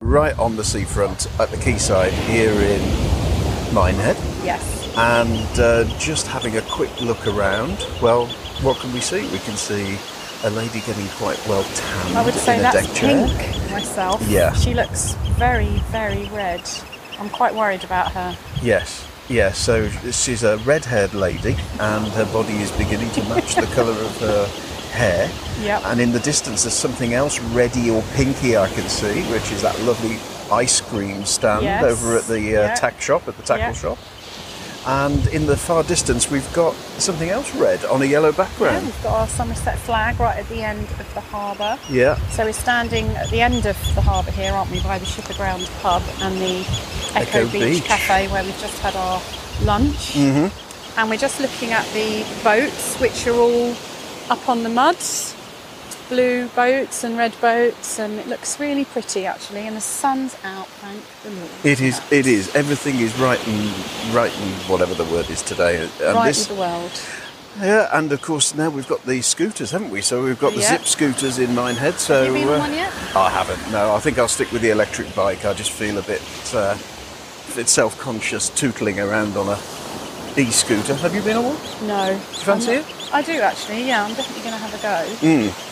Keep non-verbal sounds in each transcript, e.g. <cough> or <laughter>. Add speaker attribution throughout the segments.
Speaker 1: right on the seafront at the quayside here in Minehead
Speaker 2: Yes.
Speaker 1: and uh, just having a quick look around. Well, what can we see? We can see a lady getting quite well tanned
Speaker 2: I would say
Speaker 1: in a
Speaker 2: that's
Speaker 1: deck chair.
Speaker 2: pink myself.
Speaker 1: Yeah.
Speaker 2: She looks very, very red. I'm quite worried about her.
Speaker 1: Yes, yes. So she's a red-haired lady, and her body is beginning to match the colour of her hair.
Speaker 2: Yep.
Speaker 1: And in the distance, there's something else reddy or pinky I can see, which is that lovely ice cream stand
Speaker 2: Yes,
Speaker 1: over at the uh,
Speaker 2: yeah.
Speaker 1: tack shop, at the tackle
Speaker 2: Yeah.
Speaker 1: shop. And in the far distance, we've got something else red on a yellow
Speaker 2: Yeah,
Speaker 1: background.
Speaker 2: we've got our Somerset flag right at the end of the harbour.
Speaker 1: Yeah.
Speaker 2: So we're standing at the end of the harbour here, aren't we, by the Shipper Ground pub and the Echo,
Speaker 1: Echo
Speaker 2: Beach,
Speaker 1: Beach.
Speaker 2: Cafe where we've just had our lunch.
Speaker 1: Mm-hmm.
Speaker 2: And we're just looking at the boats, which are all up on the mud. Blue boats and red boats, and it looks really pretty actually. And the sun's out, thank the Lord.
Speaker 1: It is. It is. Everything is right and right and whatever the word is today. And
Speaker 2: right
Speaker 1: this,
Speaker 2: with the world.
Speaker 1: Yeah, and of course now we've got the scooters, haven't we? So we've got the
Speaker 2: Yeah.
Speaker 1: zip scooters in Minehead. So uh,
Speaker 2: you been on one yet?
Speaker 1: I haven't. No, I think I'll stick with the electric bike. I just feel a bit, uh, a bit self-conscious tootling around on a e-scooter. Have you been on one?
Speaker 2: No.
Speaker 1: fancy
Speaker 2: I'm not- I do actually. Yeah, I'm definitely going to have a go.
Speaker 1: Mm.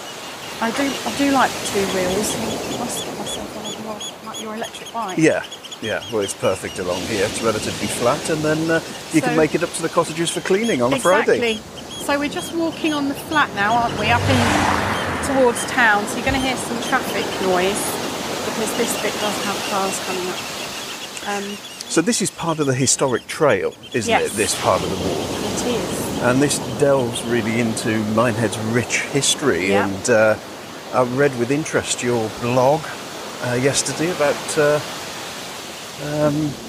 Speaker 2: I do. I do like two wheels. I must get myself on your, like your electric bike.
Speaker 1: Yeah, yeah. Well, it's perfect along here. It's relatively flat, and then uh, you
Speaker 2: So-
Speaker 1: can make it up to the cottages for cleaning on a
Speaker 2: exactly.
Speaker 1: Friday.
Speaker 2: So we're just walking on the flat now, aren't we? Up in towards town. So you're going to hear some traffic noise because this bit does have cars coming up. Um,
Speaker 1: So this is part of the historic trail, isn't
Speaker 2: Yes.
Speaker 1: it? This part of the walk.
Speaker 2: it is.
Speaker 1: And this delves really into Minehead's rich history.
Speaker 2: Yeah.
Speaker 1: And uh, I read with interest your blog uh, yesterday about uh,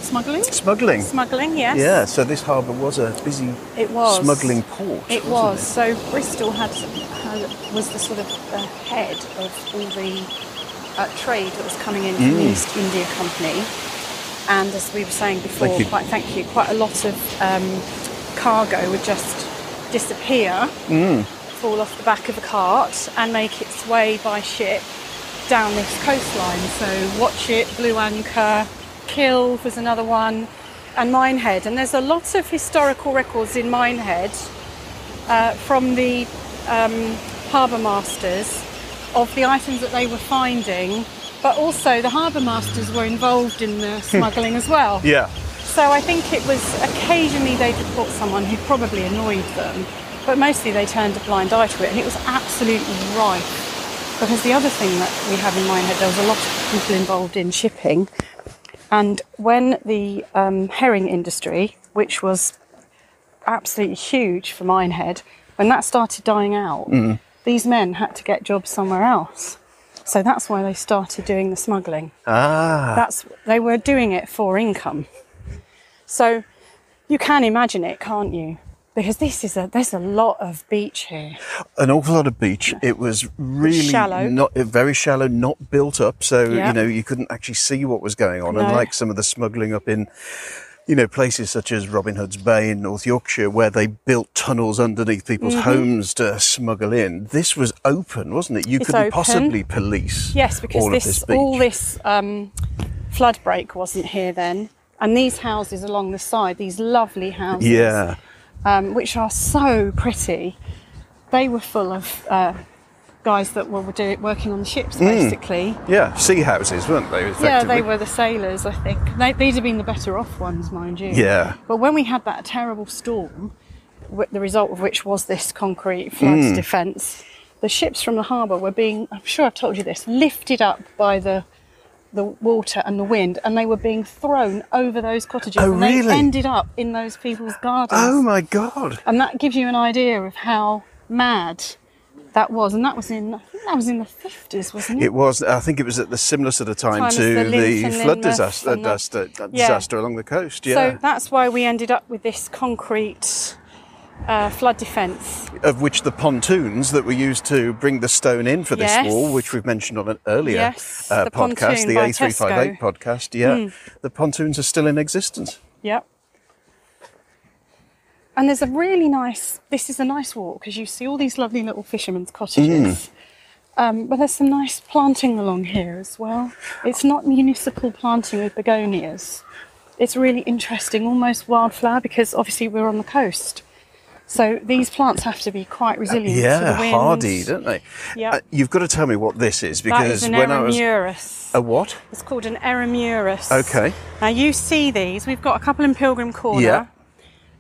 Speaker 2: Smuggling.
Speaker 1: smuggling.
Speaker 2: Smuggling. Yes.
Speaker 1: Yeah, so this harbour was a busy
Speaker 2: It was.
Speaker 1: smuggling port.
Speaker 2: It
Speaker 1: wasn't
Speaker 2: was. So Bristol had, had was the sort of the head of all the uh, trade that was coming in from the
Speaker 1: Mm.
Speaker 2: East India Company, and as we were saying before,
Speaker 1: Thank you.
Speaker 2: quite thank you, quite a lot of um, cargo would just disappear, fall off the back of a cart, and make its way by ship down this coastline. So Watch It, Blue Anchor, Kill was another one, and Minehead. And there's a lot of historical records in Minehead uh, from the um, harbour masters of the items that they were finding, but also the harbour masters were involved in the smuggling as well.
Speaker 1: Yeah.
Speaker 2: So I think it was occasionally they'd report someone who probably annoyed them, but mostly they turned a blind eye to it, and it was absolutely right. Because the other thing that we have in mind that there was a lot of people involved in shipping, and when the um, herring industry, which was absolutely huge for Minehead, when that started dying out, these men had to get jobs somewhere else. So that's why they started doing the smuggling
Speaker 1: Ah,
Speaker 2: that's they were doing it for income. So you can imagine it, can't you? Because this is a there's a lot of beach here.
Speaker 1: an awful lot of beach. It was really
Speaker 2: shallow.
Speaker 1: not uh, very shallow, not built up, so
Speaker 2: Yeah.
Speaker 1: you know you couldn't actually see what was going on. Unlike some of the smuggling up in, you know, places such as Robin Hood's Bay in North Yorkshire, where they built tunnels underneath people's
Speaker 2: Mm-hmm.
Speaker 1: homes to smuggle in. This was open, wasn't it? You
Speaker 2: It's
Speaker 1: couldn't
Speaker 2: open.
Speaker 1: possibly police.
Speaker 2: Yes, because
Speaker 1: all
Speaker 2: this,
Speaker 1: of this beach.
Speaker 2: all this um, flood break wasn't here then, and these houses along the side, these lovely houses,
Speaker 1: Yeah,
Speaker 2: um, which are so pretty, they were full of uh, guys that were do, working on the ships basically.
Speaker 1: yeah, sea houses, weren't they?
Speaker 2: Yeah,
Speaker 1: Hmm. effectively?
Speaker 2: they were the sailors, I think. They, these have been the better off ones, mind you.
Speaker 1: Yeah.
Speaker 2: But when we had that terrible storm, wh- the result of which was this concrete flood
Speaker 1: Hmm.
Speaker 2: defence, the ships from the harbour were being, I'm sure I've told you this, lifted up by the the water and the wind, and they were being thrown over those cottages.
Speaker 1: Oh,
Speaker 2: and
Speaker 1: really?
Speaker 2: they ended up in those people's gardens.
Speaker 1: Oh my God!
Speaker 2: And that gives you an idea of how mad that was. And that was in, I think that was in the 50s, wasn't it?
Speaker 1: It was. I think it was at the similar sort of time
Speaker 2: Time as
Speaker 1: to
Speaker 2: the
Speaker 1: the,
Speaker 2: Linth and
Speaker 1: flood
Speaker 2: Lynmouth
Speaker 1: disaster,
Speaker 2: and the-
Speaker 1: disaster, uh,
Speaker 2: Yeah.
Speaker 1: disaster along the coast. Yeah.
Speaker 2: So that's why we ended up with this concrete uh, flood defence.
Speaker 1: of which the pontoons that were used to bring the stone in for this
Speaker 2: Yes.
Speaker 1: wall, which we've mentioned on an earlier
Speaker 2: Yes,
Speaker 1: uh,
Speaker 2: the
Speaker 1: podcast,
Speaker 2: pontoon
Speaker 1: the
Speaker 2: by
Speaker 1: A358
Speaker 2: Tesco. Hmm.
Speaker 1: podcast, yeah, the pontoons are still in existence.
Speaker 2: Yep. And there's a
Speaker 1: Mm.
Speaker 2: really nice. This is a nice walk because you see all these lovely little fishermen's cottages, Um, but there's some nice planting along here as well. It's not municipal planting with begonias. It's really interesting, almost wildflower, because obviously we're on the coast. So these plants have to be quite resilient to
Speaker 1: yeah,
Speaker 2: the wind.
Speaker 1: hardy, don't they? Uh,
Speaker 2: Yep.
Speaker 1: you've got to tell me what this is because
Speaker 2: That is an
Speaker 1: when I was
Speaker 2: Eremurus.
Speaker 1: a what?
Speaker 2: It's called an Eremurus.
Speaker 1: Okay.
Speaker 2: Now you see these. We've got a couple in Pilgrim Corner.
Speaker 1: Yeah.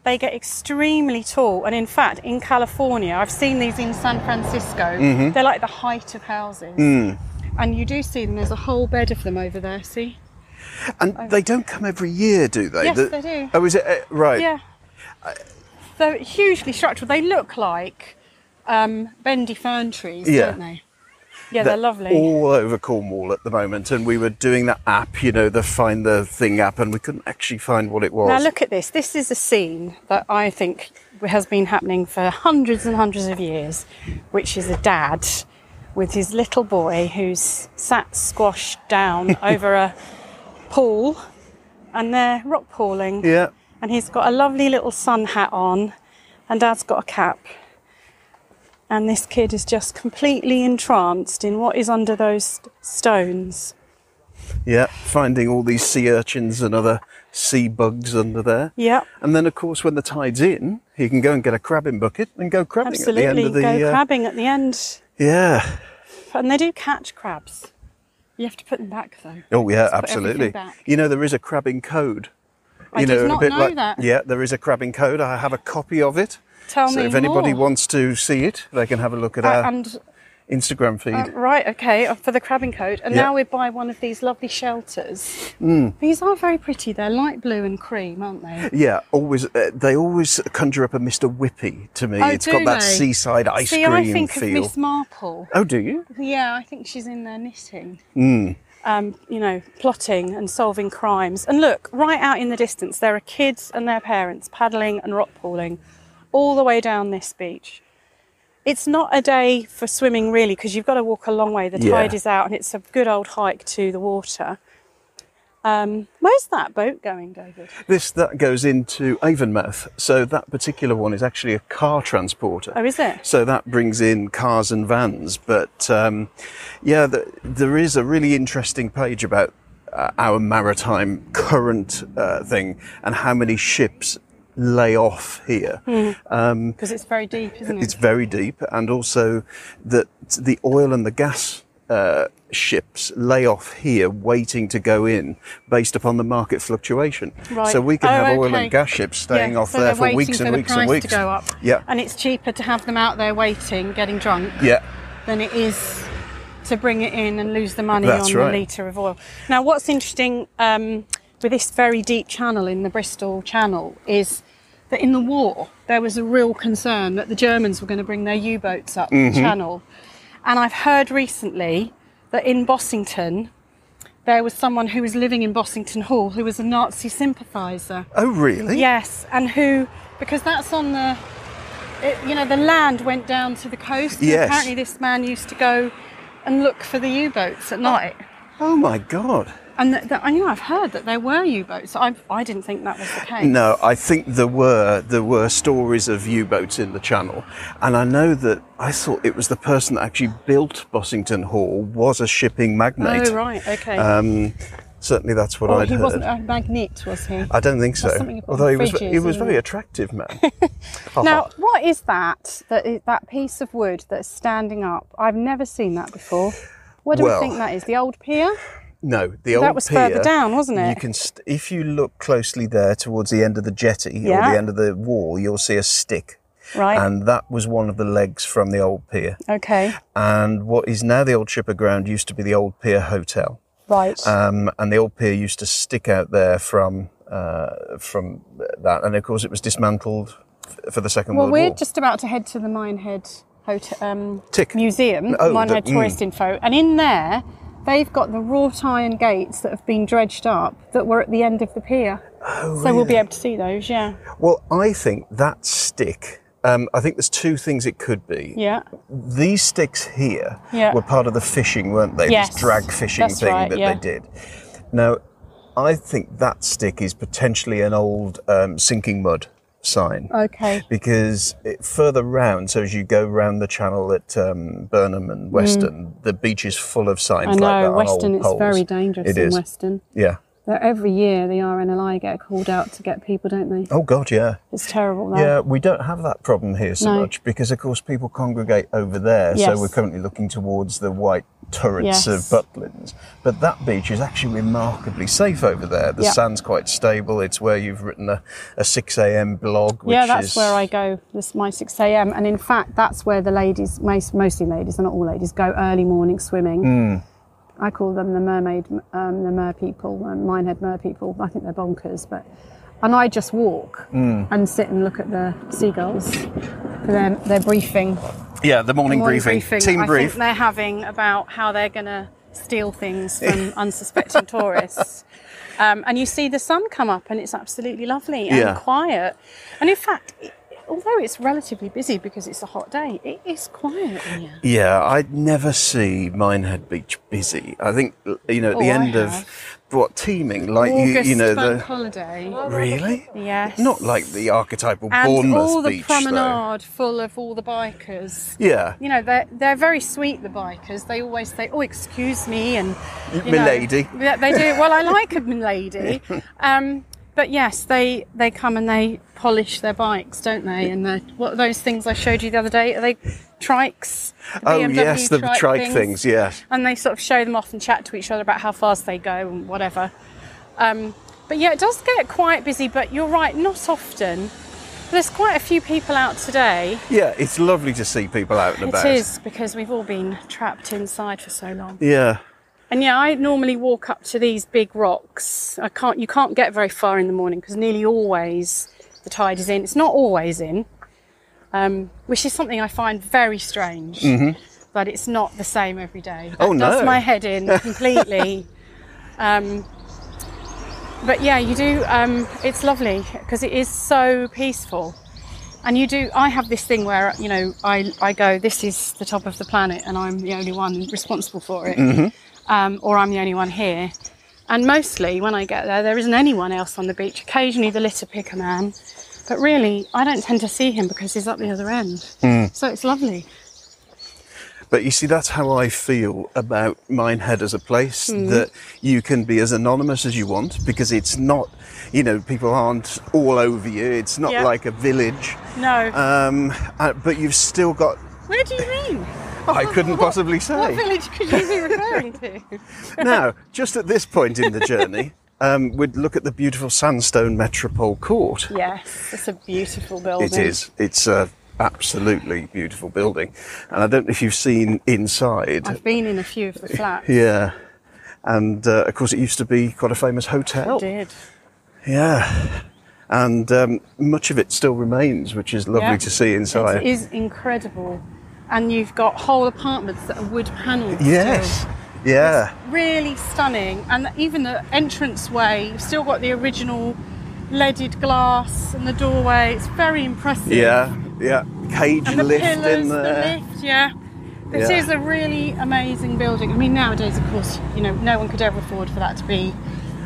Speaker 2: They get extremely tall, and in fact, in California, I've seen these in San Francisco.
Speaker 1: Mm-hmm.
Speaker 2: They're like the height of houses.
Speaker 1: Mm.
Speaker 2: And you do see them. There's a whole bed of them over there. See?
Speaker 1: And they don't come every year, do they?
Speaker 2: Oh. Yes, they do.
Speaker 1: Oh, is it uh, right?
Speaker 2: Yeah. So hugely structural. They look like um, bendy fern trees,
Speaker 1: Yeah.
Speaker 2: don't they? Yeah, they're, lovely.
Speaker 1: All over Cornwall at the moment, and we were doing that app, you know, the Find the Thing app, and we couldn't actually find what it was.
Speaker 2: Now look at this. This is a scene that I think has been happening for hundreds and hundreds of years, which is a dad with his little boy who's sat squashed
Speaker 1: <laughs>
Speaker 2: down over a pool and they're rock pooling.
Speaker 1: Yeah.
Speaker 2: And he's got a lovely little sun hat on and dad's got a cap. And this kid is just completely entranced in what is under those st- stones.
Speaker 1: Yeah, finding all these sea urchins and other sea bugs under there.
Speaker 2: Yep.
Speaker 1: And then, of course, when the tide's in, he can go and get a crabbing bucket and go crabbing
Speaker 2: Absolutely.
Speaker 1: at the end of the.
Speaker 2: Go
Speaker 1: uh,
Speaker 2: crabbing at the end.
Speaker 1: Yeah.
Speaker 2: And they do catch crabs. You have to put them back though.
Speaker 1: Oh, yeah,
Speaker 2: Let's put
Speaker 1: absolutely.
Speaker 2: everything back.
Speaker 1: You know, there is a crabbing code.
Speaker 2: I
Speaker 1: you
Speaker 2: did
Speaker 1: know,
Speaker 2: not
Speaker 1: a bit
Speaker 2: know
Speaker 1: like
Speaker 2: that.
Speaker 1: yeah, there is a crabbing code. I have a copy of it.
Speaker 2: Tell
Speaker 1: so
Speaker 2: me
Speaker 1: if anybody
Speaker 2: more.
Speaker 1: wants to see it, they can have a look at
Speaker 2: Uh,
Speaker 1: our
Speaker 2: and
Speaker 1: Instagram feed.
Speaker 2: uh, right, okay, uh, for the crabbing coat. And
Speaker 1: Yeah. Hmm.
Speaker 2: now we're by one of these lovely shelters. These are very pretty. They're light blue and cream, aren't they?
Speaker 1: yeah, always uh, they always conjure up a Mr. Whippy to me.
Speaker 2: Oh,
Speaker 1: It's
Speaker 2: do
Speaker 1: got that
Speaker 2: they?
Speaker 1: seaside ice
Speaker 2: See,
Speaker 1: cream
Speaker 2: I think
Speaker 1: feel.
Speaker 2: of Miss Marple.
Speaker 1: oh, do you?
Speaker 2: Yeah, I think she's in there knitting.
Speaker 1: Hmm.
Speaker 2: Um, you know, plotting and solving crimes. And look, right out in the distance, there are kids and their parents paddling and rock pooling all the way down this beach. It's not a day for swimming, really, because you've got to walk a long way. The
Speaker 1: Yeah.
Speaker 2: tide is out and it's a good old hike to the water. Um, where's that boat going, David?
Speaker 1: This that goes into Avonmouth. So that particular one is actually a car transporter.
Speaker 2: Oh, is it?
Speaker 1: So that brings in cars and vans. But um, yeah, the, there is a really interesting page about uh, our maritime current uh, thing and how many ships lay off here.
Speaker 2: Because it's very deep, isn't it?
Speaker 1: Hmm. It's very deep, and also that the oil and the gas uh, ships lay off here, waiting to go in, based upon the market fluctuation.
Speaker 2: Right.
Speaker 1: So we can
Speaker 2: Oh,
Speaker 1: have oil
Speaker 2: okay.
Speaker 1: and gas ships staying
Speaker 2: Yeah,
Speaker 1: off
Speaker 2: so
Speaker 1: there
Speaker 2: they're
Speaker 1: for
Speaker 2: waiting
Speaker 1: weeks and
Speaker 2: the
Speaker 1: weeks
Speaker 2: price
Speaker 1: and weeks.
Speaker 2: To go up.
Speaker 1: Yeah.
Speaker 2: And it's cheaper to have them out there waiting, getting drunk,
Speaker 1: yeah.
Speaker 2: than it is to bring it in and lose the money
Speaker 1: That's
Speaker 2: on
Speaker 1: right.
Speaker 2: the litre of oil. Now, what's interesting um, with this very deep channel in the Bristol Channel is that in the war there was a real concern that the Germans were going to bring their U boats up
Speaker 1: Mm-hmm.
Speaker 2: the channel. And I've heard recently that in Bossington, there was someone who was living in Bossington Hall who was a Nazi sympathiser.
Speaker 1: Oh, really?
Speaker 2: Yes, and who, because that's on the, it, you know, the land went down to the coast. and
Speaker 1: Yes.
Speaker 2: Apparently, this man used to go and look for the U boats at night.
Speaker 1: Oh my God.
Speaker 2: And th- th- I know I've heard that there were U boats. I, I didn't think that was the case.
Speaker 1: No, I think there were there were stories of U-boats in the Channel, and I know that I thought it was the person that actually built Bossington Hall was a shipping magnate.
Speaker 2: Oh, right, okay.
Speaker 1: Um, certainly, that's what
Speaker 2: Well,
Speaker 1: I'd
Speaker 2: he
Speaker 1: heard. Uh,
Speaker 2: wasn't a magnet, was he?
Speaker 1: I don't think so.
Speaker 2: That's something you put
Speaker 1: Although
Speaker 2: on
Speaker 1: he was,
Speaker 2: fridges,
Speaker 1: he was
Speaker 2: isn't
Speaker 1: very
Speaker 2: it?
Speaker 1: attractive
Speaker 2: <laughs>
Speaker 1: man. Oh, uh-huh.
Speaker 2: Now, what is that, that, i- that piece of wood that's standing up? I've never seen that before. What do
Speaker 1: Well-
Speaker 2: we think that is? The old pier?
Speaker 1: no, the old
Speaker 2: was
Speaker 1: pier,
Speaker 2: further down, wasn't it?
Speaker 1: You can, st- if you look closely there towards the end of the jetty
Speaker 2: Yeah.
Speaker 1: or the end of the wall, you'll see a stick,
Speaker 2: Right.
Speaker 1: and that was one of the legs from the old pier.
Speaker 2: okay.
Speaker 1: And what is now the old shipper ground used to be the old pier hotel.
Speaker 2: Right.
Speaker 1: Um, and the old pier used to stick out there from uh, from that, and of course it was dismantled f- for the Second
Speaker 2: Well,
Speaker 1: World
Speaker 2: we're
Speaker 1: War.
Speaker 2: just about to head to the Minehead Hotel, um,
Speaker 1: Tick.
Speaker 2: Museum,
Speaker 1: Oh,
Speaker 2: Minehead
Speaker 1: the- mm.
Speaker 2: Tourist Info, and in there they've got the wrought iron gates that have been dredged up that were at the end of the pier. Oh, so we'll be able to see those, yeah.
Speaker 1: Well, I think that stick. Um, I think there's two things it could be.
Speaker 2: Yeah.
Speaker 1: These sticks here
Speaker 2: Yeah.
Speaker 1: were part of the fishing, weren't they?
Speaker 2: Yes.
Speaker 1: This drag fishing
Speaker 2: That's
Speaker 1: thing
Speaker 2: right,
Speaker 1: that
Speaker 2: yeah.
Speaker 1: they did. Now, I think that stick is potentially an old um, sinking mud. sign
Speaker 3: Oh.
Speaker 2: Okay.
Speaker 1: because it, further round, so as you go round the channel at um, Burnham and Weston, the beach is full of signs
Speaker 3: Mm. I
Speaker 1: like that
Speaker 3: know,
Speaker 1: on
Speaker 3: Weston,
Speaker 1: old
Speaker 3: it's
Speaker 1: poles.
Speaker 3: very dangerous
Speaker 1: It
Speaker 3: in
Speaker 1: is.
Speaker 3: Weston.
Speaker 1: Yeah.
Speaker 3: Though every year the RNLI get called out to get people, don't they?
Speaker 1: Oh God, yeah.
Speaker 3: It's terrible
Speaker 2: Oh.
Speaker 3: there.
Speaker 1: Yeah, we don't have that problem here so
Speaker 3: No.
Speaker 1: much because, of course, people congregate over there.
Speaker 3: Yes.
Speaker 1: So we're currently looking towards the white
Speaker 3: Yes.
Speaker 1: turrets of Butlins. But that beach is actually remarkably safe over there. The
Speaker 3: Yeah.
Speaker 1: sand's quite stable. It's where you've written a, a 6 a.m. blog. Which
Speaker 3: yeah, that's
Speaker 1: is,
Speaker 3: where I go. This my six a.m. and in fact, that's where the ladies, most, mostly ladies, they're not all ladies, go early morning swimming.
Speaker 1: Hmm.
Speaker 3: I call them the mermaid, um, the mer people, and minehead mer people. I think they're bonkers, but and I just walk
Speaker 1: Hmm.
Speaker 3: and sit and look at the seagulls. They're, they're briefing.
Speaker 1: Yeah, the morning,
Speaker 3: morning
Speaker 1: briefing.
Speaker 3: briefing,
Speaker 1: Team
Speaker 2: I
Speaker 1: brief.
Speaker 2: think they're having about how they're going to
Speaker 1: <laughs>
Speaker 2: steal things from unsuspecting tourists. Um, and you see the sun come up, and it's absolutely lovely and
Speaker 1: Yeah.
Speaker 2: quiet. And in fact, it, although it's relatively busy because it's a hot day, it is quiet in here.
Speaker 1: Yeah, I'd never see Minehead Beach busy. I think, you know, at the
Speaker 2: Oh, I
Speaker 1: end
Speaker 2: have.
Speaker 1: of what teaming, like you,
Speaker 2: August
Speaker 1: you know,
Speaker 2: bank
Speaker 1: the.
Speaker 2: holiday.
Speaker 1: Really?
Speaker 2: Yes.
Speaker 1: Not like the archetypal
Speaker 2: and
Speaker 1: Bournemouth
Speaker 2: all the
Speaker 1: beach, though.
Speaker 2: promenade full of all the bikers.
Speaker 1: Yeah.
Speaker 2: You know, they're, they're very sweet, the bikers. They always say, oh, excuse me, and... you know,
Speaker 1: milady.
Speaker 2: yeah, they do. Well, I like
Speaker 1: <laughs>
Speaker 2: a milady. Um, but yes, they, they come and they polish their bikes, don't they? And the, what are those things I showed you the other day? Are they trikes? The
Speaker 1: Oh
Speaker 2: BMW
Speaker 1: yes, the trike things. Yes,
Speaker 2: and they sort of show them off and chat to each other about how fast they go and whatever. Um, but yeah, it does get quite busy, but you're right, not often. There's quite a few people out today.
Speaker 1: yeah. It's lovely to see people out and about.
Speaker 2: It is because we've all been trapped inside for so long.
Speaker 1: Yeah,
Speaker 2: And yeah, I normally walk up to these big rocks. I can't, you can't get very far in the morning because nearly always the tide is in. It's not always in, um, which is something I find very strange. But it's not the same every day. That
Speaker 1: Mm-hmm. Oh, no.
Speaker 2: Does my
Speaker 1: <laughs>
Speaker 2: head in completely. um, but yeah, you do. Um, it's lovely because it is so peaceful. And you do. I have this thing where you know I I go. This is the top of the planet, and I'm the only one responsible for it
Speaker 1: Mm-hmm.
Speaker 2: um, or I'm the only one here. And mostly when I get there, there isn't anyone else on the beach. Occasionally the litter picker man, but really I don't tend to see him because he's up the other end.
Speaker 1: Hmm.
Speaker 2: So it's lovely.
Speaker 1: but you see, that's how I feel about Minehead as a place
Speaker 2: Hmm.
Speaker 1: that you can be as anonymous as you want because it's not, you know, people aren't all over you. It's not
Speaker 2: Yeah.
Speaker 1: like a village,
Speaker 2: No,
Speaker 1: um, uh, but you've still got.
Speaker 2: where do you mean?
Speaker 1: I
Speaker 2: <laughs>
Speaker 1: couldn't possibly
Speaker 2: What
Speaker 1: say.
Speaker 2: village could you be referring to?
Speaker 1: now, just at this point in the journey, um, we'd look at the beautiful sandstone metropole court.
Speaker 2: <laughs> yes, it's a beautiful building.
Speaker 1: It is. It's a absolutely beautiful building, and I don't know if you've seen inside.
Speaker 2: I've been in a few of
Speaker 1: <laughs>
Speaker 2: the flats.
Speaker 1: Yeah, and uh, of course it used to be quite a famous hotel.
Speaker 2: I did.
Speaker 1: Yeah, and um, much of it still remains, which is lovely
Speaker 2: Yeah.
Speaker 1: to see inside.
Speaker 2: It is incredible, and you've got whole apartments that are wood panelled.
Speaker 1: yes. Yeah.
Speaker 2: really stunning and even the entranceway you've still got the original leaded glass and the doorway it's very impressive
Speaker 1: Yeah. Yeah. Cage
Speaker 2: and the
Speaker 1: lift
Speaker 2: pillars
Speaker 1: in there.
Speaker 2: the lift yeah this
Speaker 1: Yeah.
Speaker 2: is a really amazing building i mean nowadays of course you know no one could ever afford for that to be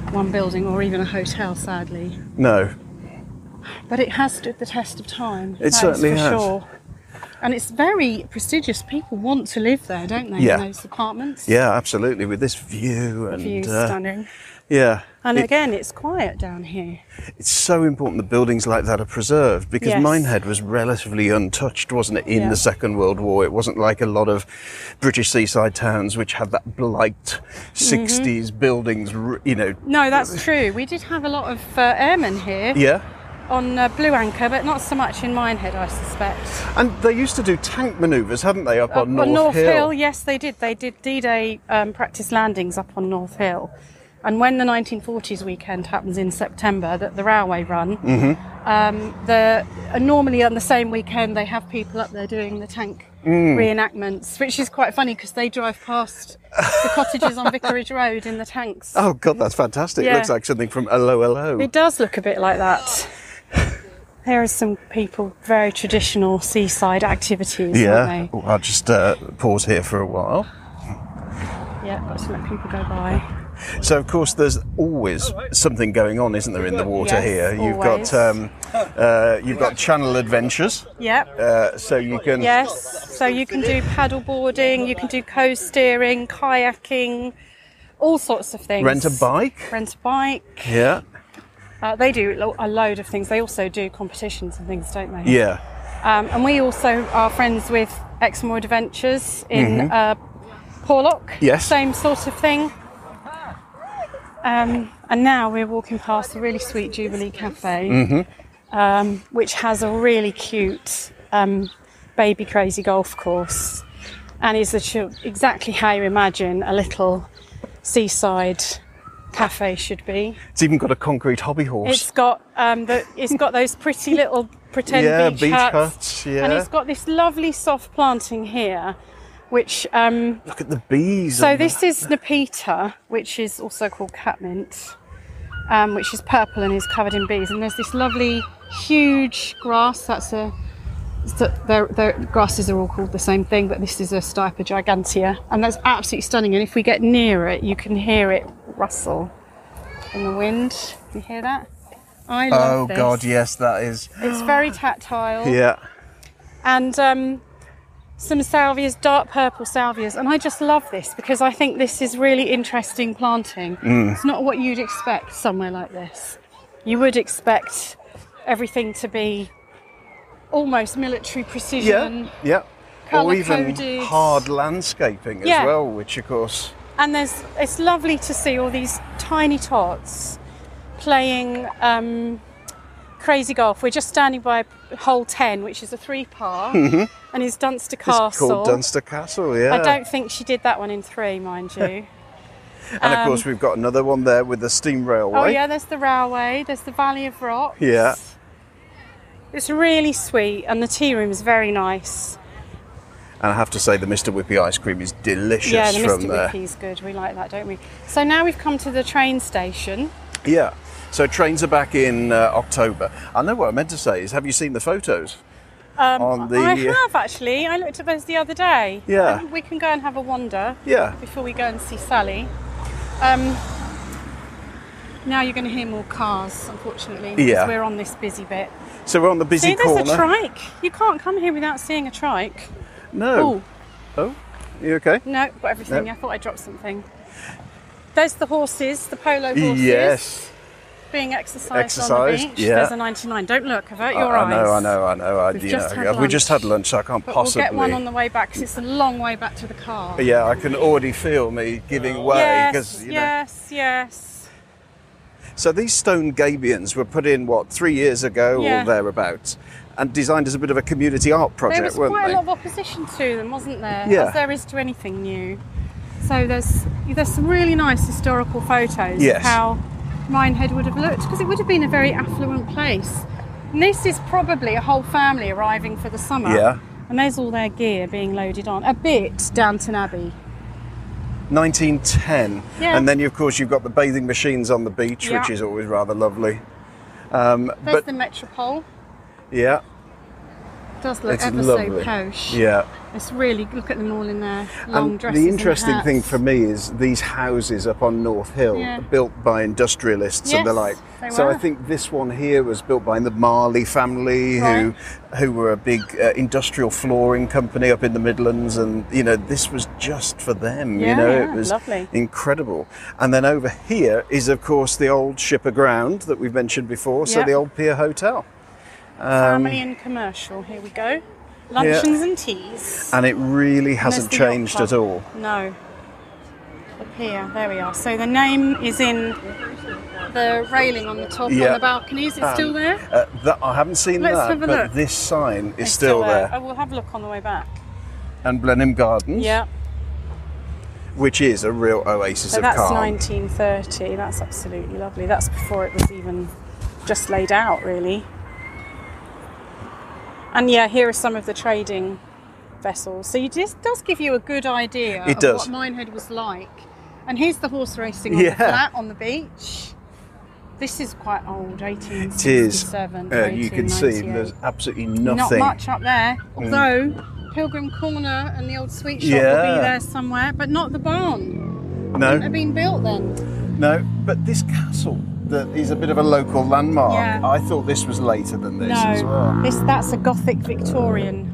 Speaker 2: one building or even a hotel sadly
Speaker 1: No.
Speaker 2: but it has stood the test of time that is
Speaker 1: certainly
Speaker 2: for
Speaker 1: has.
Speaker 2: sure and it's very prestigious people want to live there don't they
Speaker 1: Yeah.
Speaker 2: in those apartments
Speaker 1: Yeah, absolutely. With this view and
Speaker 2: View's
Speaker 1: uh,
Speaker 2: stunning
Speaker 1: yeah,
Speaker 2: and
Speaker 1: It-
Speaker 2: again it's quiet down here
Speaker 1: it's so important that buildings like that are preserved because
Speaker 2: Yes.
Speaker 1: Minehead was relatively untouched, wasn't it, in
Speaker 2: Yeah.
Speaker 1: the Second World War? It wasn't like a lot of British seaside towns which had that blight
Speaker 2: Mm-hmm.
Speaker 1: 60s buildings, r- you know.
Speaker 2: No, that's true. We did have a lot of uh, airmen here
Speaker 1: Yeah.
Speaker 2: on uh, Blue Anchor, but not so much in Minehead, I suspect.
Speaker 1: And they used to do tank maneuvers, hadn't they, up,
Speaker 2: Up
Speaker 1: on North,
Speaker 2: Hill. yes, they did. They did D-Day um, practice landings up on North Hill. And when the 1940s weekend happens in September, that the railway run,
Speaker 1: Mm-hmm.
Speaker 2: um, the uh, normally on the same weekend they have people up there doing the tank
Speaker 1: Mm.
Speaker 2: reenactments, which is quite funny because they drive past the cottages on Vicarage Road in the tanks.
Speaker 1: <laughs> Oh, God, that's fantastic.
Speaker 2: Yeah.
Speaker 1: Looks like something from Hello, Hello.
Speaker 2: It does look a bit like that. There are some people very traditional seaside activities,
Speaker 1: Yeah.
Speaker 2: aren't
Speaker 1: Oh, I'll just uh, pause here for a while.
Speaker 2: they? Yeah, got to let people go by.
Speaker 1: So, of course, there's always something going on, isn't there, in the water
Speaker 2: Oh, Yes,
Speaker 1: here? You've
Speaker 2: always.
Speaker 1: got
Speaker 2: <laughs>
Speaker 1: um, uh, you've got channel adventures,
Speaker 2: Yep.
Speaker 1: uh, so you can
Speaker 2: Yes. So you can do paddle boarding, you can do coast steering, kayaking, all sorts of things.
Speaker 1: rent a bike.
Speaker 2: Rent a bike.
Speaker 1: Yeah,
Speaker 2: Uh, they do lo- a load of things. They also do competitions and things, don't they?
Speaker 1: yeah,
Speaker 2: Um, and we also are friends with Exmoor Adventures in uh, Porlock.
Speaker 1: Yes.
Speaker 2: Same sort of thing. Um, and now we're walking past the really sweet Jubilee Cafe, um, which has a really cute um, baby crazy golf course, and is the ch- exactly how you imagine a little seaside cafe should be.
Speaker 1: it's even got a concrete hobby horse.
Speaker 2: It's got um, the, it's got
Speaker 1: <laughs>
Speaker 2: those pretty little pretend
Speaker 1: Yeah,
Speaker 2: beach,
Speaker 1: beach
Speaker 2: huts,
Speaker 1: huts, yeah.
Speaker 2: and it's got this lovely soft planting here, which um,
Speaker 1: Look at the bees.
Speaker 2: so
Speaker 1: on
Speaker 2: this is Nepeta, which is also called catmint, um, which is purple and is covered in bees. And there's this lovely huge grass. That's a so their, their grasses are all called the same thing, but this is a Stipa gigantea, and that's absolutely stunning. And if we get near it, you can hear it rustle in the wind. You hear that? I
Speaker 1: that.
Speaker 2: love
Speaker 1: Oh
Speaker 2: this.
Speaker 1: God, yes, that is.
Speaker 2: It's very tactile
Speaker 1: Yeah,
Speaker 2: and um, some salvias, dark purple salvias. And I just love this because I think this is really interesting planting.
Speaker 1: Mm.
Speaker 2: It's not what you'd expect somewhere like this. You would expect everything to be almost military precision.
Speaker 1: yeah, yeah. Or even
Speaker 2: colour-coded.
Speaker 1: hard landscaping as
Speaker 2: Yeah.
Speaker 1: well, which of course.
Speaker 2: And there's it's lovely to see all these tiny tots playing um, crazy golf. We're just standing by hole 10, which is a three par. And is Dunster Castle.
Speaker 1: Mm-hmm. It's called Dunster Castle, yeah.
Speaker 2: I don't think she did that one in three,
Speaker 1: <laughs>
Speaker 2: mind you.
Speaker 1: and of course, we've got another one there with the steam railway.
Speaker 2: um, Oh yeah, there's the railway. There's the Valley of Rocks.
Speaker 1: Yeah.
Speaker 2: It's really sweet, and the tea room is very nice.
Speaker 1: And I have to say, the Mr. Whippy ice cream is delicious
Speaker 2: yeah, the
Speaker 1: from uh,
Speaker 2: Mr.
Speaker 1: there.
Speaker 2: Whippy's good. We like that, don't we? So now we've come to the train station.
Speaker 1: Yeah. So trains are back in uh, October. I know what I meant to say is, have you seen the photos?
Speaker 2: Um,
Speaker 1: On the- uh,
Speaker 2: I have actually. I looked at those the other day.
Speaker 1: Yeah.
Speaker 2: Um, We can go and have a wander
Speaker 1: Yeah.
Speaker 2: before we go and see Sally. Um, now you're going to hear more cars, unfortunately, because
Speaker 1: Yeah.
Speaker 2: we're on this busy bit.
Speaker 1: So we're on the busy
Speaker 2: See, there's
Speaker 1: corner.
Speaker 2: a trike. You can't come here without seeing a trike.
Speaker 1: no.
Speaker 2: Oh,
Speaker 1: Oh, you okay?
Speaker 2: no, got everything.
Speaker 1: No.
Speaker 2: I thought I dropped something. There's the horses, the polo horses.
Speaker 1: Yes.
Speaker 2: Being exercised, on
Speaker 1: Exercised,
Speaker 2: the beach.
Speaker 1: yeah.
Speaker 2: There's a 99. Don't look, avert your
Speaker 1: I, I
Speaker 2: eyes.
Speaker 1: know, I know, I know. I,
Speaker 2: We've
Speaker 1: you
Speaker 2: just
Speaker 1: know
Speaker 2: had
Speaker 1: we just
Speaker 2: lunch.
Speaker 1: had lunch. I can't
Speaker 2: But
Speaker 1: possibly.
Speaker 2: We'll get one on the way back 'cause it's a long way back to the car.
Speaker 1: yeah, I can already feel me giving way
Speaker 2: yes,
Speaker 1: you know-
Speaker 2: yes, yes.
Speaker 1: So these stone gabions were put in what three years ago
Speaker 2: Yeah.
Speaker 1: or thereabouts, and designed as a bit of a community art project,
Speaker 2: There was
Speaker 1: weren't
Speaker 2: quite
Speaker 1: they?
Speaker 2: a lot of opposition to them, wasn't there?
Speaker 1: Yeah.
Speaker 2: As there is to anything new. So there's there's some really nice historical photos
Speaker 1: Yes.
Speaker 2: of how Minehead would have looked because it would have been a very affluent place. And this is probably a whole family arriving for the summer.
Speaker 1: Yeah.
Speaker 2: And there's all their gear being loaded on. A bit Downton Abbey.
Speaker 1: 1910,
Speaker 2: Yeah.
Speaker 1: and then of course you've got the bathing machines on the beach,
Speaker 2: Yeah.
Speaker 1: which is always rather lovely. Um,
Speaker 2: There's
Speaker 1: but
Speaker 2: the Metropole.
Speaker 1: yeah,
Speaker 2: does look
Speaker 1: It's
Speaker 2: ever
Speaker 1: lovely.
Speaker 2: so posh.
Speaker 1: yeah.
Speaker 2: It's really look at them all in their long
Speaker 1: and
Speaker 2: dresses.
Speaker 1: the interesting
Speaker 2: and
Speaker 1: thing
Speaker 2: hats.
Speaker 1: for um, me is these houses up on North Hill,
Speaker 2: Yeah.
Speaker 1: built by industrialists and the
Speaker 2: Yes,
Speaker 1: like.
Speaker 2: they
Speaker 1: so I
Speaker 2: were.
Speaker 1: think this one here was built by the Marley family,
Speaker 2: Right.
Speaker 1: who who were a big uh, industrial flooring company up in the Midlands, and you know this was just for them. you
Speaker 2: Yeah,
Speaker 1: know
Speaker 2: yeah,
Speaker 1: it was
Speaker 2: lovely.
Speaker 1: incredible. And then over here is of course the old shipper ground that we've mentioned before. So
Speaker 2: Yeah.
Speaker 1: the old Pier Hotel.
Speaker 2: Family and commercial. Here we go. Luncheons and teas.
Speaker 1: And it really
Speaker 2: There's
Speaker 1: hasn't
Speaker 2: the yacht
Speaker 1: changed
Speaker 2: club.
Speaker 1: at all.
Speaker 2: No. Up here, there we are. So the name is in the railing on the top on
Speaker 1: Yeah.
Speaker 2: the balconies. It's still there. It's
Speaker 1: Uh, that, I haven't seen
Speaker 2: Let's
Speaker 1: that,
Speaker 2: have a
Speaker 1: but
Speaker 2: look.
Speaker 1: this sign is still, there.
Speaker 2: I will Oh, have a look on the way back.
Speaker 1: and Blenheim Gardens,
Speaker 2: Yeah.
Speaker 1: which is a real oasis
Speaker 2: So
Speaker 1: of
Speaker 2: that's
Speaker 1: calm.
Speaker 2: 1930. That's absolutely lovely. That's before it was even just laid out, really. And yeah, here are some of the trading vessels. So you just does give you a good idea
Speaker 1: It
Speaker 2: of
Speaker 1: does.
Speaker 2: what Minehead was like. And here's the horse racing on
Speaker 1: Yeah.
Speaker 2: the flat on the beach. This is quite old, 1867.
Speaker 1: It is. Uh, you can see
Speaker 2: 1898.
Speaker 1: there's absolutely
Speaker 2: not
Speaker 1: nothing. Mm.
Speaker 2: much up there. Although Pilgrim Corner and the old sweet shop will
Speaker 1: Yeah.
Speaker 2: be there somewhere, but not the barn.
Speaker 1: No,
Speaker 2: They've been built then.
Speaker 1: no. But this castle that is a bit of a local landmark.
Speaker 2: Yeah.
Speaker 1: I thought this was later than this as
Speaker 2: no,
Speaker 1: well. Mm-hmm.
Speaker 2: this that's a Gothic Victorian.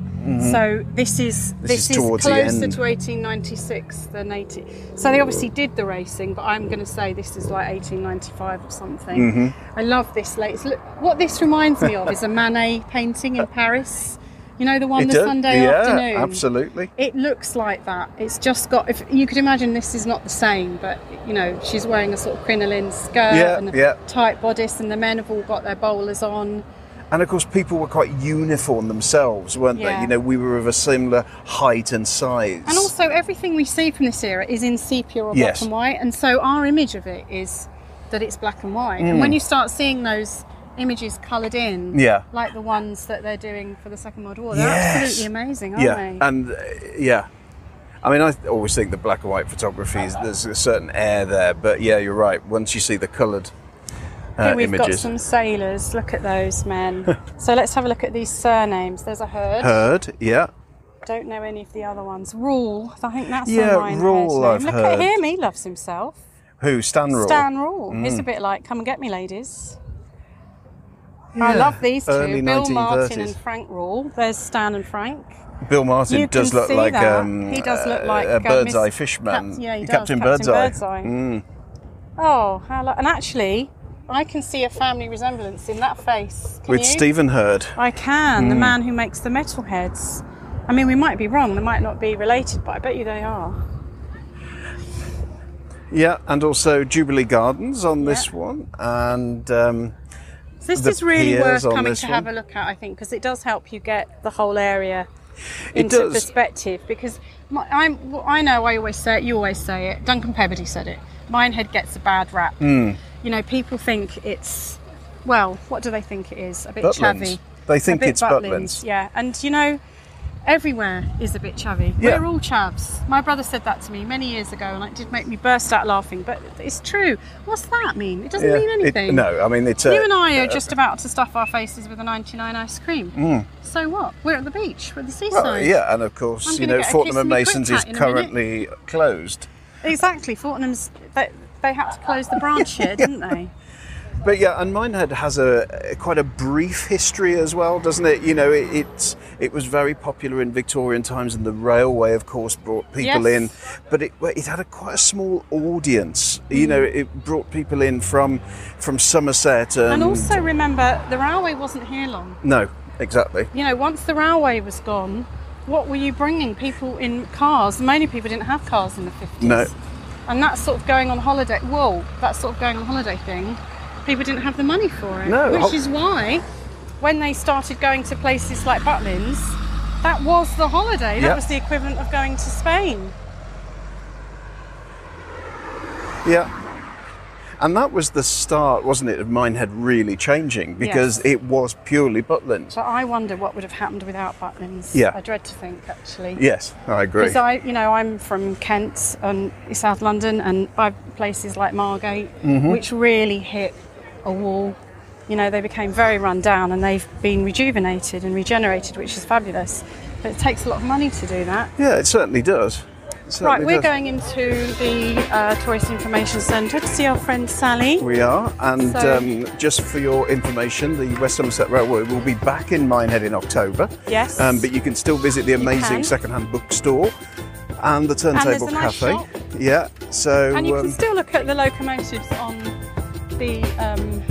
Speaker 2: So this is
Speaker 1: This
Speaker 2: this,
Speaker 1: is towards the
Speaker 2: closer
Speaker 1: end.
Speaker 2: to 1896 than 80. So they obviously did the racing, but I'm going to say this is like 1895 or something.
Speaker 1: Mm-hmm.
Speaker 2: I love this. Late. it's Look, what this reminds me of is
Speaker 1: <laughs>
Speaker 2: a Manet painting in Paris. You know the one the
Speaker 1: does-
Speaker 2: Sunday
Speaker 1: yeah,
Speaker 2: afternoon.
Speaker 1: absolutely.
Speaker 2: It looks like that. It's just got. If you could imagine, this is not the same. But you know, she's wearing a sort of crinoline skirt
Speaker 1: Yeah,
Speaker 2: and a
Speaker 1: yeah.
Speaker 2: tight bodice, and the men have all got their bowlers on.
Speaker 1: And of course, people were quite uniform themselves, weren't they?
Speaker 2: Yeah.
Speaker 1: You know, we were of a similar height and size.
Speaker 2: And also, everything we see from this era is in sepia or
Speaker 1: Yes.
Speaker 2: black and white, and so our image of it is that it's black and white. And when you start seeing those images coloured in,
Speaker 1: Mm. Yeah.
Speaker 2: like the ones that they're doing for the Second World War, they're
Speaker 1: Yes.
Speaker 2: absolutely amazing, aren't
Speaker 1: yeah,
Speaker 2: they?
Speaker 1: and uh, yeah. I mean, I th- always think the black and white photography is there's a certain air there, but yeah, you're right. Once you see the coloured uh,
Speaker 2: Here we've got
Speaker 1: images,
Speaker 2: some sailors. Look at
Speaker 1: <laughs>
Speaker 2: those men. so let's have a look at these surnames. There's a herd.
Speaker 1: heard, yeah,
Speaker 2: Don't know any of the other ones. Rule. I think that's
Speaker 1: Yeah,
Speaker 2: a mine
Speaker 1: Rule
Speaker 2: herd name.
Speaker 1: I've
Speaker 2: Look at
Speaker 1: heard.
Speaker 2: him. He loves himself.
Speaker 1: who Stan Rule, Mm.
Speaker 2: Stan Rule. He's a bit like, come and get me, ladies. I
Speaker 1: Yeah.
Speaker 2: love these two.
Speaker 1: Early
Speaker 2: Bill Martin
Speaker 1: 1930s.
Speaker 2: and Frank Rule. There's Stan and Frank.
Speaker 1: Bill Martin
Speaker 2: You
Speaker 1: does
Speaker 2: can
Speaker 1: look
Speaker 2: see
Speaker 1: like
Speaker 2: that.
Speaker 1: um,
Speaker 2: He does look
Speaker 1: uh,
Speaker 2: like,
Speaker 1: a
Speaker 2: uh,
Speaker 1: bird's
Speaker 2: Miss-
Speaker 1: eye fishman,
Speaker 2: Cap- yeah, he does.
Speaker 1: Captain,
Speaker 2: Captain
Speaker 1: Birdseye.
Speaker 2: Birdseye.
Speaker 1: Mm.
Speaker 2: Oh, how lo- and actually, I can see a family resemblance in that face. Can
Speaker 1: with Mm.
Speaker 2: you?
Speaker 1: Stephen Heard.
Speaker 2: I can. The man who makes the metalheads. I mean, we might be wrong. They might not be related, but I bet you they are.
Speaker 1: Yeah, and also Jubilee Gardens on this one, and um,
Speaker 2: So this
Speaker 1: The
Speaker 2: is really
Speaker 1: piers
Speaker 2: worth
Speaker 1: on
Speaker 2: coming
Speaker 1: this
Speaker 2: to have
Speaker 1: one.
Speaker 2: a look at, I think, because it does help you get the whole area
Speaker 1: It
Speaker 2: into
Speaker 1: does.
Speaker 2: perspective. Because my, I'm, well, I know I always say it, you always say it. Duncan Peabody said it. Minehead gets a bad rap.
Speaker 1: Hmm.
Speaker 2: You know, people think it's well, what do they think it is? A bit
Speaker 1: Butlins.
Speaker 2: chavvy.
Speaker 1: They think
Speaker 2: a bit
Speaker 1: it's Butlins.
Speaker 2: Yeah, and you know, everywhere is a bit chavvy.
Speaker 1: Yeah.
Speaker 2: We're all chavs. My brother said that to me many years ago, and it did make me burst out laughing. But it's true. What's that mean? It doesn't
Speaker 1: Yeah,
Speaker 2: mean
Speaker 1: it-
Speaker 2: anything.
Speaker 1: no, I mean it's a,
Speaker 2: You and I are
Speaker 1: uh,
Speaker 2: just about to stuff our faces with a 99 ice cream. So what? We're at the beach, we're at the seaside.
Speaker 1: Hmm. well, yeah, and of course
Speaker 2: I'm
Speaker 1: you
Speaker 2: gonna
Speaker 1: know
Speaker 2: get a
Speaker 1: Fortnum
Speaker 2: kiss
Speaker 1: and
Speaker 2: me quick
Speaker 1: Mason's is
Speaker 2: hat in a minute.
Speaker 1: currently closed.
Speaker 2: Exactly. Fortnum's, they, they had to close the
Speaker 1: <laughs>
Speaker 2: branch here, didn't
Speaker 1: Um,
Speaker 2: they?
Speaker 1: But yeah, and Minehead has a, a quite a brief history as well, doesn't it? You know, it, it's it was very popular in Victorian times, and the railway, of course, brought people
Speaker 2: Yes.
Speaker 1: in. But it well, it had a quite a small audience. You know,
Speaker 2: Mm.
Speaker 1: it brought people in from from Somerset and,
Speaker 2: And also remember, the railway wasn't here long.
Speaker 1: no, exactly.
Speaker 2: You know, once the railway was gone, what were you bringing? People in cars. Many people didn't have cars in the 50s.
Speaker 1: No.
Speaker 2: And that sort of going on holiday, whoa, that sort of going on holiday thing, people didn't have the money for it.
Speaker 1: No,
Speaker 2: Which
Speaker 1: hol-
Speaker 2: is why when they started going to places like Butlins, that was the holiday. That
Speaker 1: Yeah.
Speaker 2: was the equivalent of going to Spain.
Speaker 1: Yeah. And that was the start, wasn't it, of Minehead really changing because
Speaker 2: Yes.
Speaker 1: it was purely Butlins.
Speaker 2: So I wonder what would have happened without Butlins.
Speaker 1: Yeah.
Speaker 2: I dread to think, actually.
Speaker 1: Yes, I agree.
Speaker 2: Because I, you know, I'm from Kent and South London, and I've places like Margate,
Speaker 1: Mm-hmm.
Speaker 2: which really hit a wall. You know, they became very run down, and they've been rejuvenated and regenerated, which is fabulous. But it takes a lot of money to do that.
Speaker 1: yeah, it certainly does. It
Speaker 2: Right,
Speaker 1: certainly
Speaker 2: we're
Speaker 1: does.
Speaker 2: going into the uh, Tourist Information Centre to see our friend Sally.
Speaker 1: We are, and
Speaker 2: So-
Speaker 1: um, just for your information, the West Somerset Railway will be back in Minehead in October.
Speaker 2: Yes.
Speaker 1: Um, but you can still visit the amazing
Speaker 2: can.
Speaker 1: second-hand bookstore and the Turntable
Speaker 2: a nice
Speaker 1: Cafe.
Speaker 2: shop.
Speaker 1: Yeah, so
Speaker 2: and you can
Speaker 1: um,
Speaker 2: still look at the locomotives on the um,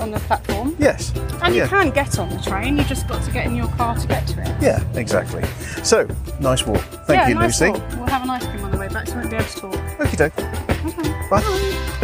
Speaker 2: on the platform.
Speaker 1: yes,
Speaker 2: And
Speaker 1: yeah,
Speaker 2: you can get on the train. You just got to get in your car to get to it.
Speaker 1: yeah, exactly. So nice walk. Thank
Speaker 2: yeah,
Speaker 1: you,
Speaker 2: nice
Speaker 1: Lucy.
Speaker 2: walk. We'll have an ice cream on the way back, so we won't be able to talk.
Speaker 1: Okey doke.
Speaker 2: Okay.
Speaker 1: Bye.
Speaker 2: Bye.